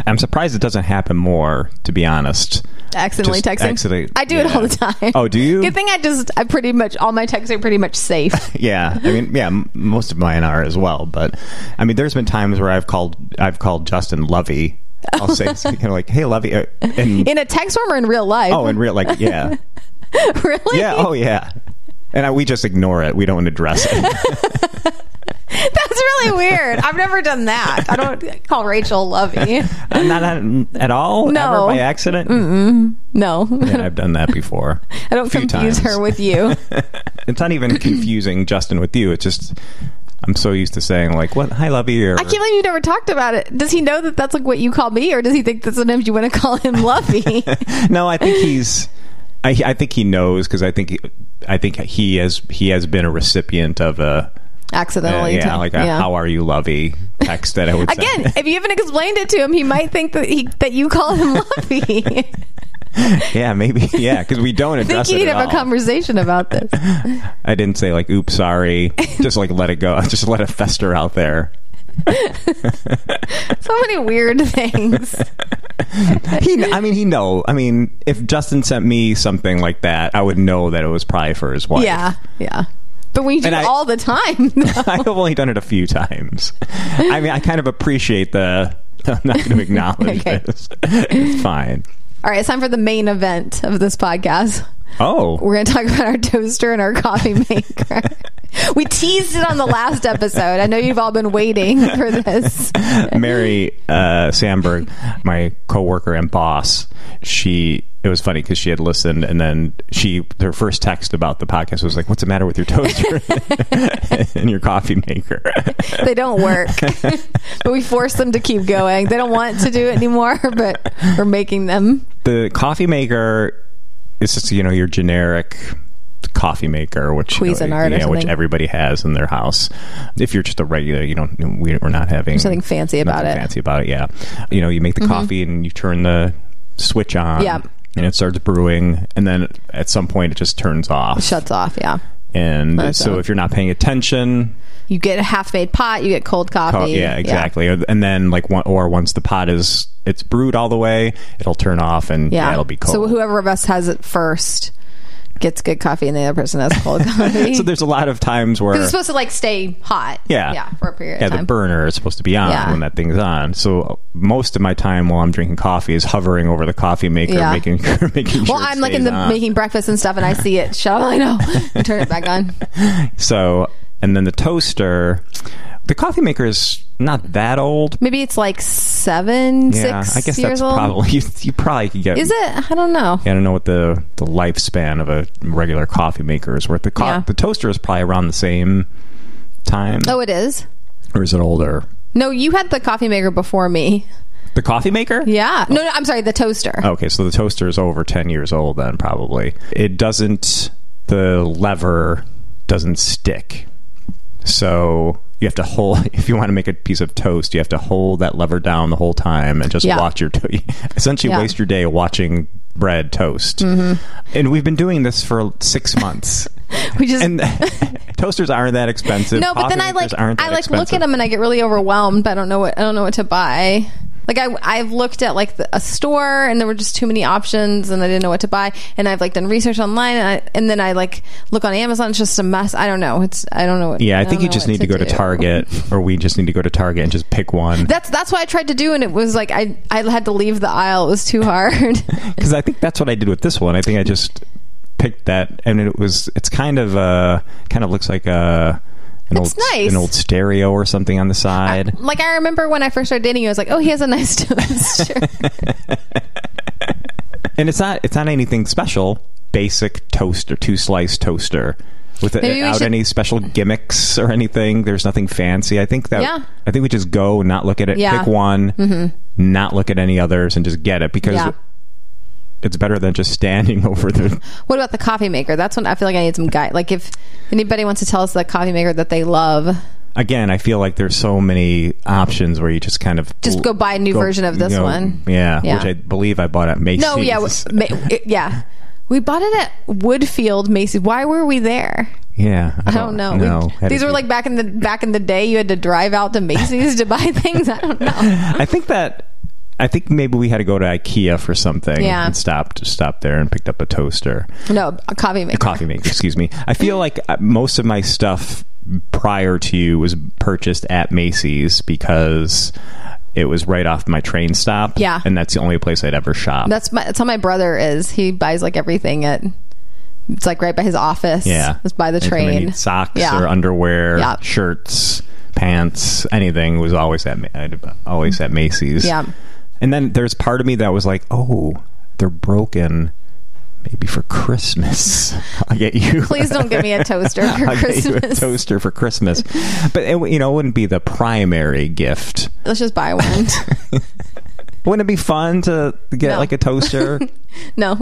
Speaker 2: I'm surprised it doesn't happen more, to be honest.
Speaker 1: accidentally
Speaker 2: Just
Speaker 1: texting.
Speaker 2: accidentally-
Speaker 1: I do it
Speaker 2: yeah.
Speaker 1: all the time.
Speaker 2: Oh, do you?
Speaker 1: Good thing I just I pretty much all my texts are pretty much safe.
Speaker 2: Yeah, I mean, yeah, m- most of mine are as well. But I mean, there's been times where I've called, I've called Justin Lovey. I'll say, you know, like, "Hey, Lovey," uh, and
Speaker 1: in a text form or in real life.
Speaker 2: oh, and real, like, yeah,
Speaker 1: really?
Speaker 2: yeah, oh, yeah. And I, we just ignore it. We don't address it.
Speaker 1: That's really weird. I've never done that. I don't call Rachel Lovey.
Speaker 2: Not at, at all.
Speaker 1: No.
Speaker 2: ever by accident.
Speaker 1: No,
Speaker 2: Yeah, I've done that before.
Speaker 1: I don't
Speaker 2: Few
Speaker 1: confuse
Speaker 2: times.
Speaker 1: her with you.
Speaker 2: It's not even confusing Justin with you. It's just I'm so used to saying like, "What? Hi, Lovey." Or
Speaker 1: I can't believe you never talked about it. Does he know that that's like what you call me, or does he think that sometimes you want to call him Lovey?
Speaker 2: no, I think he's. I, I think he knows because I think he, I think he has he has been a recipient of a uh,
Speaker 1: Accidentally,
Speaker 2: yeah like a how are you lovey text that I would send.
Speaker 1: Again, if you haven't explained it to him, he might think that he that you call him Lovey.
Speaker 2: yeah maybe yeah because we don't
Speaker 1: I
Speaker 2: address
Speaker 1: think you need
Speaker 2: it
Speaker 1: to
Speaker 2: at
Speaker 1: have a
Speaker 2: all.
Speaker 1: conversation about this.
Speaker 2: I didn't say like oops sorry just like let it go just let it fester out there
Speaker 1: So many weird things.
Speaker 2: he I mean he know I mean if Justin sent me something like that I would know that it was probably for his wife
Speaker 1: Yeah, yeah. But when you do
Speaker 2: And
Speaker 1: it
Speaker 2: I-
Speaker 1: all the time,
Speaker 2: I've only done it a few times. I mean, I kind of appreciate the. I'm not going to acknowledge
Speaker 1: Okay.
Speaker 2: this. It's fine.
Speaker 1: All right, it's time for the main event of this podcast.
Speaker 2: Oh,
Speaker 1: We're going to talk about our toaster and our coffee maker. we teased it on the last episode. I know you've all been waiting for this.
Speaker 2: Mary uh, Sandberg, my coworker and boss, she. It was funny because she had listened, and then she her first text about the podcast was like, "What's the matter with your toaster and your coffee maker?"
Speaker 1: They don't work, but we force them to keep going. They don't want to do it anymore, but we're making them.
Speaker 2: the coffee maker is just you know your generic coffee maker which you know,
Speaker 1: Cuisinart or
Speaker 2: yeah, which
Speaker 1: something.
Speaker 2: everybody has in their house if you're just a regular you don't we- we're not having
Speaker 1: There's nothing fancy about
Speaker 2: nothing
Speaker 1: it. Mm-hmm.
Speaker 2: fancy about it yeah you know you make the coffee and you turn the switch on
Speaker 1: Yeah.
Speaker 2: and it starts brewing and then at some point it just turns off
Speaker 1: Shuts off, yeah.
Speaker 2: and
Speaker 1: That's
Speaker 2: so
Speaker 1: off.
Speaker 2: if you're not paying attention
Speaker 1: You get a half made pot, you get cold coffee.
Speaker 2: Oh, yeah, exactly. And then like one, or once the pot is it's brewed all the way, it'll turn off and yeah, it'll be cold.
Speaker 1: So whoever of us has it first gets good coffee, and the other person has cold coffee.
Speaker 2: so there's a lot of times where
Speaker 1: Because it's supposed to like stay hot.
Speaker 2: Yeah.
Speaker 1: Yeah, for a period
Speaker 2: yeah
Speaker 1: of
Speaker 2: the
Speaker 1: time.
Speaker 2: burner is supposed to be on
Speaker 1: Yeah.
Speaker 2: when that thing's on. So uh, most of my time while I'm drinking coffee is hovering over the coffee maker,
Speaker 1: Yeah.
Speaker 2: making making sure.
Speaker 1: well,
Speaker 2: it
Speaker 1: I'm like in
Speaker 2: stays
Speaker 1: the
Speaker 2: on.
Speaker 1: making breakfast and stuff, and I see it shut. I know. I turn it back on.
Speaker 2: So and then the toaster, the coffee maker is not that old.
Speaker 1: Maybe it's like seven,
Speaker 2: Yeah,
Speaker 1: six
Speaker 2: I guess
Speaker 1: years
Speaker 2: that's
Speaker 1: old.
Speaker 2: probably you, you. Probably could get
Speaker 1: Is it? I don't know.
Speaker 2: I don't know what the, the lifespan of a regular coffee maker is worth. The co-
Speaker 1: Yeah.
Speaker 2: the toaster is probably around the same time,
Speaker 1: Oh, it is.
Speaker 2: or is it older?
Speaker 1: No, you had the coffee maker before me.
Speaker 2: The coffee maker?
Speaker 1: Yeah. No, no, I'm sorry, the toaster.
Speaker 2: Okay, so the toaster is over 10 years old then, probably. It doesn't, the lever doesn't stick. So you have to hold, if you want to make a piece of toast, you have to hold that lever down the whole time and just
Speaker 1: Yeah.
Speaker 2: watch your, to- essentially
Speaker 1: Yeah. Mm-hmm.
Speaker 2: waste your day watching bread toast. And we've been doing this for six months.
Speaker 1: We just
Speaker 2: and toasters aren't that expensive.
Speaker 1: No, but
Speaker 2: Coffee
Speaker 1: then I like
Speaker 2: makers aren't
Speaker 1: I
Speaker 2: that
Speaker 1: like look
Speaker 2: expensive.
Speaker 1: at them and I get really overwhelmed. But I don't know what I don't know what to buy. Like I I've looked at like the, a store and there were just too many options and I didn't know what to buy. And I've like done research online and, I, and then I like look on Amazon. It's just a mess. I don't know. It's I don't know. What,
Speaker 2: Yeah, I think
Speaker 1: don't
Speaker 2: you
Speaker 1: know
Speaker 2: just
Speaker 1: what
Speaker 2: need to go to
Speaker 1: do.
Speaker 2: Target, or we just need to go to Target and just pick one.
Speaker 1: That's that's what I tried to do and it was like I I had to leave the aisle. It was too hard.
Speaker 2: Because I think that's what I did with this one. I think I just picked that, and it was it's kind of uh kind of looks like a an
Speaker 1: It's
Speaker 2: old
Speaker 1: nice. Ah.
Speaker 2: an old stereo or something on the side.
Speaker 1: like I remember when I first started dating you, I was like, oh, he has a nice toaster.
Speaker 2: and it's not it's not anything special. Basic toaster, two slice toaster, with
Speaker 1: Maybe we
Speaker 2: without
Speaker 1: should-
Speaker 2: any special gimmicks or anything. There's nothing fancy. I think that
Speaker 1: Yeah.
Speaker 2: I think we just go, not look at it,
Speaker 1: Yeah. Mm-hmm.
Speaker 2: pick one, not look at any others, and just get it because.
Speaker 1: Yeah.
Speaker 2: It's better than just standing over the
Speaker 1: What about the coffee maker? That's when I feel like I need some guy. Like if anybody wants to tell us the coffee maker that they love,
Speaker 2: again, I feel like there's so many options where you just kind of
Speaker 1: Just go buy a new version of this one.
Speaker 2: Yeah,
Speaker 1: Yeah.
Speaker 2: which I believe I bought at Macy's.
Speaker 1: no, yeah, w- ma- it- yeah. We bought it at Woodfield Macy's. Why were we there?
Speaker 2: yeah.
Speaker 1: I don't know. We-
Speaker 2: know. Had to
Speaker 1: these were
Speaker 2: be-
Speaker 1: like back in the back in the day. You had to drive out to Macy's to buy things. I don't know.
Speaker 2: I think that I think maybe we had to go to IKEA for something.
Speaker 1: Yeah.
Speaker 2: and stopped stopped there and picked up a toaster,
Speaker 1: No, a coffee maker.
Speaker 2: coffee maker. excuse me. I feel like uh, most of my stuff prior to you was purchased at Macy's because it was right off my train stop.
Speaker 1: Yeah.
Speaker 2: and that's the only place I'd ever shop.
Speaker 1: That's my, that's how my brother is. He buys like everything at. It's like right by his office.
Speaker 2: Yeah,
Speaker 1: it's by the
Speaker 2: If I'm gonna
Speaker 1: train.
Speaker 2: need socks
Speaker 1: Yeah.
Speaker 2: or underwear,
Speaker 1: Yeah.
Speaker 2: shirts, pants, anything was always at Ma- I'd- always at Macy's.
Speaker 1: Yeah.
Speaker 2: and then there's part of me that was like, oh, they're broken. Maybe for Christmas, I'll get you.
Speaker 1: Please don't give me a toaster for
Speaker 2: I'll get you a
Speaker 1: Christmas.
Speaker 2: toaster for Christmas, but it, w- you know, it wouldn't be the primary gift.
Speaker 1: Let's just buy one.
Speaker 2: Wouldn't it be fun to get
Speaker 1: No.
Speaker 2: like a toaster?
Speaker 1: no.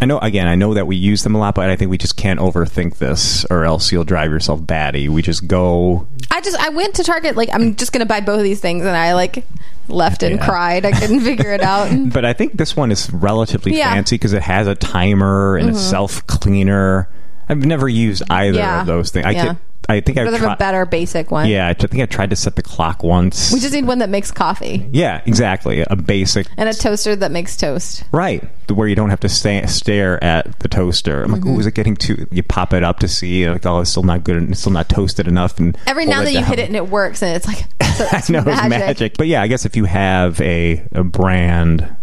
Speaker 2: I know. Again, I know that we use them a lot, but I think we just can't overthink this, or else you'll drive yourself batty. We just go
Speaker 1: I just I went to Target like I'm just gonna buy both of these things and I like left and
Speaker 2: Yeah.
Speaker 1: cried. I couldn't figure it out.
Speaker 2: But I think this one is relatively
Speaker 1: Yeah. Mm-hmm.
Speaker 2: fancy because it has a timer and a self cleaner. I've never used either
Speaker 1: Yeah.
Speaker 2: of those things. I
Speaker 1: Yeah.
Speaker 2: could, I think
Speaker 1: Rather
Speaker 2: I've
Speaker 1: have a
Speaker 2: tried.
Speaker 1: better basic one.
Speaker 2: Yeah, I think I tried to set the clock once.
Speaker 1: We just need one that makes coffee
Speaker 2: yeah, exactly. A basic
Speaker 1: and a toaster that makes toast.
Speaker 2: right where you don't have to sta- stare at the toaster. I'm like,
Speaker 1: Mm-hmm.
Speaker 2: oh, is it getting too? You pop it up to see like, oh, it's still not good. It's still not toasted enough. And
Speaker 1: Every
Speaker 2: hold
Speaker 1: now and then you hit
Speaker 2: down.
Speaker 1: it and it works and it's like so it's
Speaker 2: I know
Speaker 1: magic.
Speaker 2: it's magic. But yeah, I guess if you have a, a brand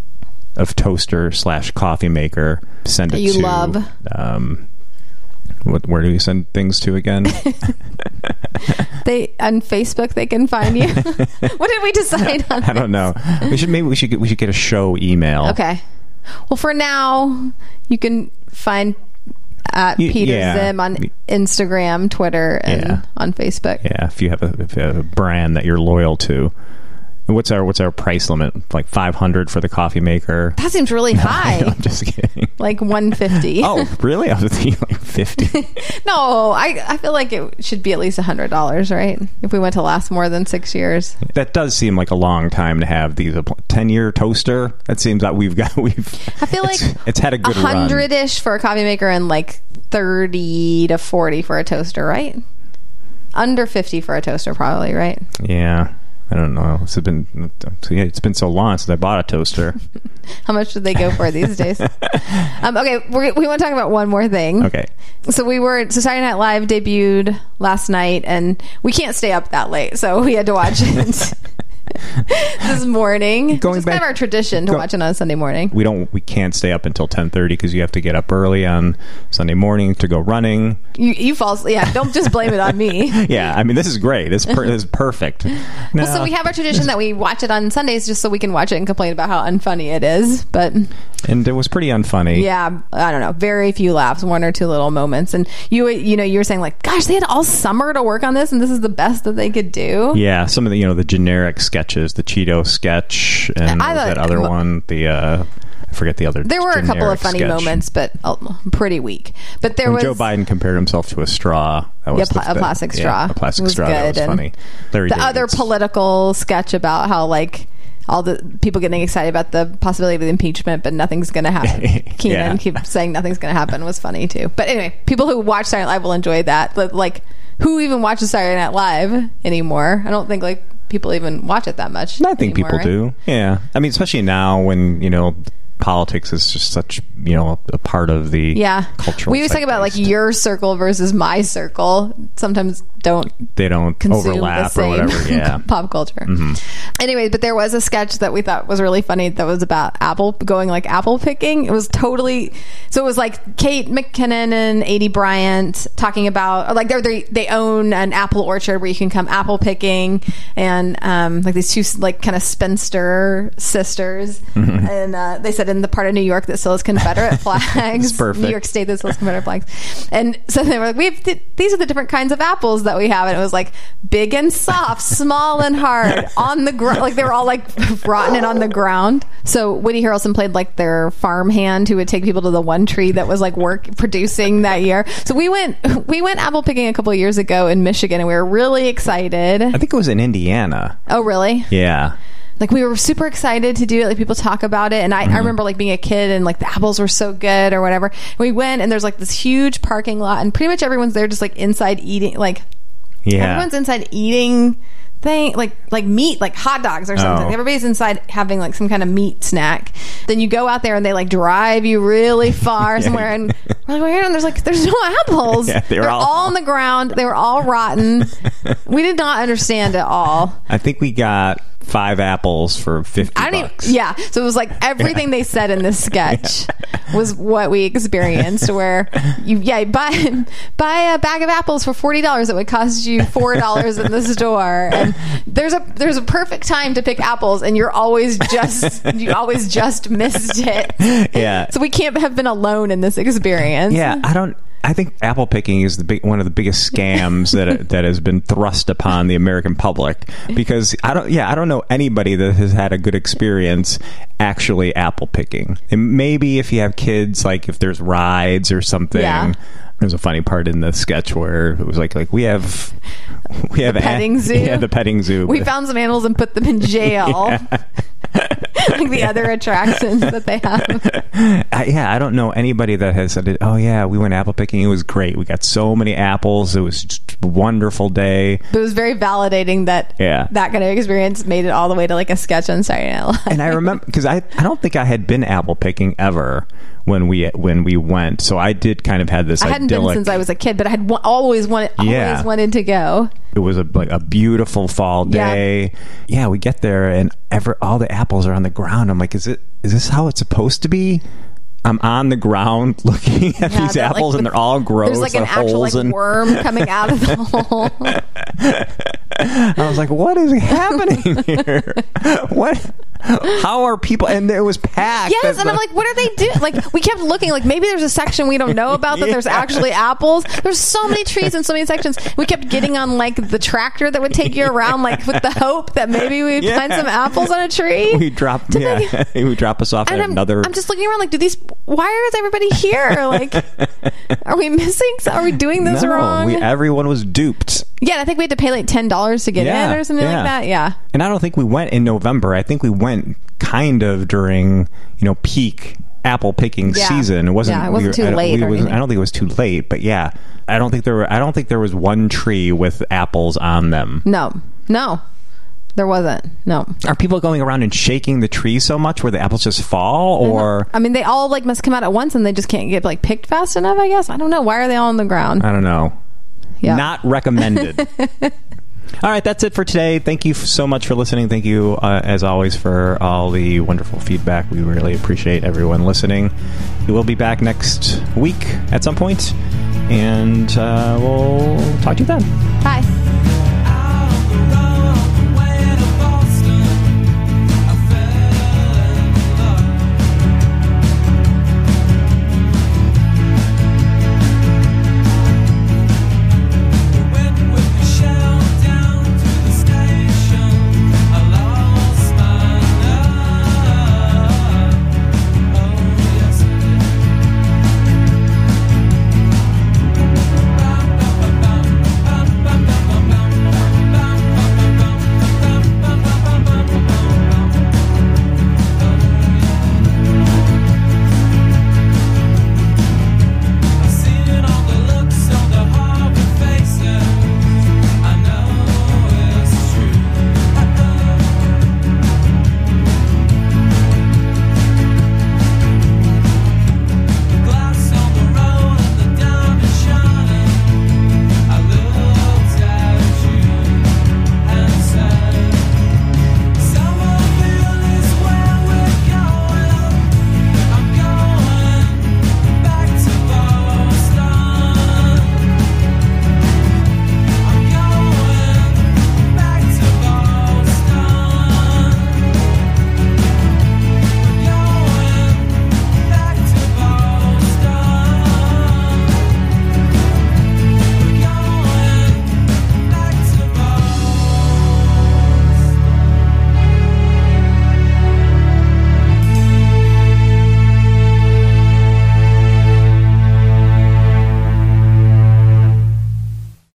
Speaker 2: of toaster slash coffee maker, send it
Speaker 1: That you
Speaker 2: to
Speaker 1: love.
Speaker 2: Um, what, where do you send things to again?
Speaker 1: They on Facebook they can find you. what did we decide on?
Speaker 2: I don't know. We should maybe we should get, we should get a show email.
Speaker 1: Okay. Well, for now you can find at
Speaker 2: Y-
Speaker 1: Peter
Speaker 2: yeah.
Speaker 1: Zim on Instagram, Twitter, and
Speaker 2: Yeah.
Speaker 1: on Facebook.
Speaker 2: Yeah, if you have a, if you have a brand that you're loyal to. And What's our what's our price limit? Like five hundred for the coffee maker.
Speaker 1: That seems really high.
Speaker 2: I'm just kidding.
Speaker 1: like 150.
Speaker 2: Oh, really? I was thinking like fifty.
Speaker 1: No, I, I feel like it should be at least $100, right? If we want to last more than six years.
Speaker 2: That does seem like a long time to have these a ten year toaster. That seems like we've got we've.
Speaker 1: I feel
Speaker 2: it's,
Speaker 1: like
Speaker 2: it's had a good run.
Speaker 1: 100 ish for a coffee maker and like 30 to 40 for a toaster, right? Under 50 for a toaster, probably, right?
Speaker 2: Yeah, I don't know. It's been yeah, it's been so long since I bought a toaster.
Speaker 1: How much do they go for these days? Um, okay, we're, we want to talk about one more thing.
Speaker 2: Okay,
Speaker 1: So we were Society Night Live debuted last night, and we can't stay up that late, so we had to watch it this morning.
Speaker 2: Going
Speaker 1: it's kind
Speaker 2: back-
Speaker 1: of our tradition to
Speaker 2: go-
Speaker 1: watch it on a Sunday morning.
Speaker 2: we don't we can't stay up until ten thirty because you have to get up early on Sunday morning to go running.
Speaker 1: You, you false, yeah. Don't just blame it on me.
Speaker 2: Yeah, I mean this is great. This, per, this is perfect. No,
Speaker 1: Well, so we have our tradition that we watch it on Sundays just so we can watch it and complain about how unfunny it is. But
Speaker 2: and it was pretty unfunny.
Speaker 1: Yeah, I don't know. Very few laughs, one or two little moments. And you, you know, you were saying like, "Gosh, they had all summer to work on this, and this is the best that they could do."
Speaker 2: Yeah, some of the you know the generic sketches, the Cheeto sketch, and
Speaker 1: I
Speaker 2: what was
Speaker 1: like-
Speaker 2: that other one, the uh, I forget the other.
Speaker 1: There were a couple of
Speaker 2: generic
Speaker 1: funny
Speaker 2: sketch.
Speaker 1: moments, but uh, pretty weak. But there
Speaker 2: When
Speaker 1: was
Speaker 2: Joe Biden compared himself to a straw. That was
Speaker 1: Yeah, pla-
Speaker 2: the-
Speaker 1: a plastic
Speaker 2: yeah,
Speaker 1: straw.
Speaker 2: a
Speaker 1: It
Speaker 2: plastic
Speaker 1: was
Speaker 2: straw.
Speaker 1: good,
Speaker 2: That was
Speaker 1: and
Speaker 2: funny. Larry
Speaker 1: the
Speaker 2: David's-
Speaker 1: other political sketch about how like all the people getting excited about the possibility of the impeachment, but nothing's going to happen. Keenan
Speaker 2: Yeah.
Speaker 1: keep saying nothing's going to happen was funny too. But anyway, people who watch Saturday Night Live will enjoy that. But like, who even watches Saturday Night Live anymore? I don't think like people even watch it that much.
Speaker 2: I think
Speaker 1: anymore,
Speaker 2: people
Speaker 1: right?
Speaker 2: do. Yeah, I mean, especially now when you know politics is just such you know a, a part of the
Speaker 1: Yeah,
Speaker 2: cultural.
Speaker 1: We always talk about like
Speaker 2: zeitgeist.
Speaker 1: your circle versus my circle. Sometimes don't
Speaker 2: they don't
Speaker 1: consume
Speaker 2: overlap
Speaker 1: the
Speaker 2: or
Speaker 1: same
Speaker 2: whatever. Yeah, Mm-hmm.
Speaker 1: pop culture. Anyway, but there was a sketch that we thought was really funny that was about apple going like apple picking. It was totally so it was like Kate McKinnon and Adie Bryant talking about or like they're, they they own an apple orchard where you can come apple picking and um, like these two like kind of spinster sisters
Speaker 2: Mm-hmm.
Speaker 1: and uh, they said in the part of New York that still has Confederate flags, New
Speaker 2: perfect.
Speaker 1: York State that still has Confederate flags, and so they were like, we have th- these are the different kinds of apples that we have, and it was like big and soft, small and hard, on the ground, like they were all like rotten and on the ground. So Woody Harrelson played like their farmhand who would take people to the one tree that was like work producing that year. So we went we went apple picking a couple years ago in Michigan, and we were really excited.
Speaker 2: I think it was in Indiana.
Speaker 1: Oh, really?
Speaker 2: Yeah,
Speaker 1: like we were super excited to do it like people talk about it and
Speaker 2: Mm-hmm.
Speaker 1: I, I remember like being a kid and like the apples were so good or whatever and we went and there's like this huge parking lot and pretty much everyone's there just like inside eating like
Speaker 2: yeah.
Speaker 1: everyone's inside eating thing like like meat like hot dogs or something
Speaker 2: Oh.
Speaker 1: everybody's inside having like some kind of meat snack then you go out there and they like drive you really far somewhere and we're like "Where?" and there's like there's no apples
Speaker 2: Yeah, they
Speaker 1: they
Speaker 2: were
Speaker 1: are all,
Speaker 2: all-
Speaker 1: on the ground they were all rotten we did not understand at all
Speaker 2: I think we got five apples for fifty
Speaker 1: I don't
Speaker 2: bucks.
Speaker 1: even, yeah. So it was like everything they said in this sketch was what we experienced. Where you, yeah, buy buy a bag of apples for forty dollars that would cost you four dollars in the store, and there's a there's a perfect time to pick apples, and you're always just you always just missed it.
Speaker 2: Yeah.
Speaker 1: So we can't have been alone in this experience.
Speaker 2: Yeah, I don't. I think apple picking is the big, one of the biggest scams that that has been thrust upon the American public because I don't. Yeah, I don't know anybody that has had a good experience actually apple picking. And maybe if you have kids, like if there's rides or something.
Speaker 1: Yeah.
Speaker 2: There's a funny part in the sketch where it was like like we have we have a-
Speaker 1: petting zoo?
Speaker 2: Yeah, the petting zoo.
Speaker 1: We found some animals and put them in jail. like the other attractions that they have.
Speaker 2: I, yeah, I don't know anybody that has said, "Oh yeah, we went apple picking. It was great. We got so many apples. It was just a wonderful day."
Speaker 1: But it was very validating that
Speaker 2: Yeah.
Speaker 1: that kind of experience made it all the way to like a sketch on Saturday Night Live.
Speaker 2: And I remember because I, I don't think I had been apple picking ever when we when we went. So I did kind of had this
Speaker 1: I hadn't
Speaker 2: idyllic.
Speaker 1: been since I was a kid, but I had wa- always wanted always
Speaker 2: Yeah.
Speaker 1: wanted to go.
Speaker 2: it was a like a beautiful fall
Speaker 1: Yeah.
Speaker 2: day. Yeah, we get there and ever all the apples are on the ground. I'm like, is it is this how it's supposed to be? I'm on the ground looking at
Speaker 1: Yeah,
Speaker 2: these
Speaker 1: they're, like,
Speaker 2: apples,
Speaker 1: with-
Speaker 2: and they're all gross.
Speaker 1: There's like
Speaker 2: they're
Speaker 1: an actual
Speaker 2: holes
Speaker 1: like
Speaker 2: in-
Speaker 1: worm coming out of the hole.
Speaker 2: I was like, what is happening here? what? How are people? And it was packed.
Speaker 1: yes,
Speaker 2: That's
Speaker 1: and I'm
Speaker 2: the-
Speaker 1: like, what are they doing? Like we kept looking, like maybe there's a section we don't know about that there's
Speaker 2: Yeah.
Speaker 1: actually apples. There's so many trees and so many sections. We kept getting on like the tractor that would take you around, like with the hope that maybe we'd
Speaker 2: Yeah.
Speaker 1: find some apples on a tree.
Speaker 2: we drop,
Speaker 1: Did they-
Speaker 2: yeah, we drop us off at
Speaker 1: and I'm,
Speaker 2: another.
Speaker 1: I'm just looking around like, do these? Why is everybody here? Like, are we missing? so- Are we doing this
Speaker 2: no,
Speaker 1: wrong?
Speaker 2: we, everyone was duped.
Speaker 1: yeah, and I think we had to pay like ten dollars to get
Speaker 2: Yeah,
Speaker 1: in or something
Speaker 2: yeah.
Speaker 1: like that. Yeah,
Speaker 2: And I don't think we went in November. I think we went kind of during, you know, peak apple picking
Speaker 1: Yeah.
Speaker 2: season. It wasn't,
Speaker 1: Yeah, it wasn't
Speaker 2: we were-
Speaker 1: too
Speaker 2: I don't-
Speaker 1: late
Speaker 2: we
Speaker 1: or
Speaker 2: wasn't-
Speaker 1: anything.
Speaker 2: I don't think it was too late, but yeah. I don't think there were I don't think there was one tree with apples on them.
Speaker 1: no, no, there wasn't. No,
Speaker 2: Are people going around and shaking the tree so much where the apples just fall or
Speaker 1: I mean they all like must come out at once, and they just can't get like picked fast enough. I guess I don't know. Why are they all on the ground?
Speaker 2: I don't know.
Speaker 1: Yeah.
Speaker 2: Not recommended. all right, that's it for today. Thank you so much for listening. Thank you, uh, as always, for all the wonderful feedback. We really appreciate everyone listening. We will be back next week at some point, and uh, we'll talk to you then.
Speaker 1: Bye.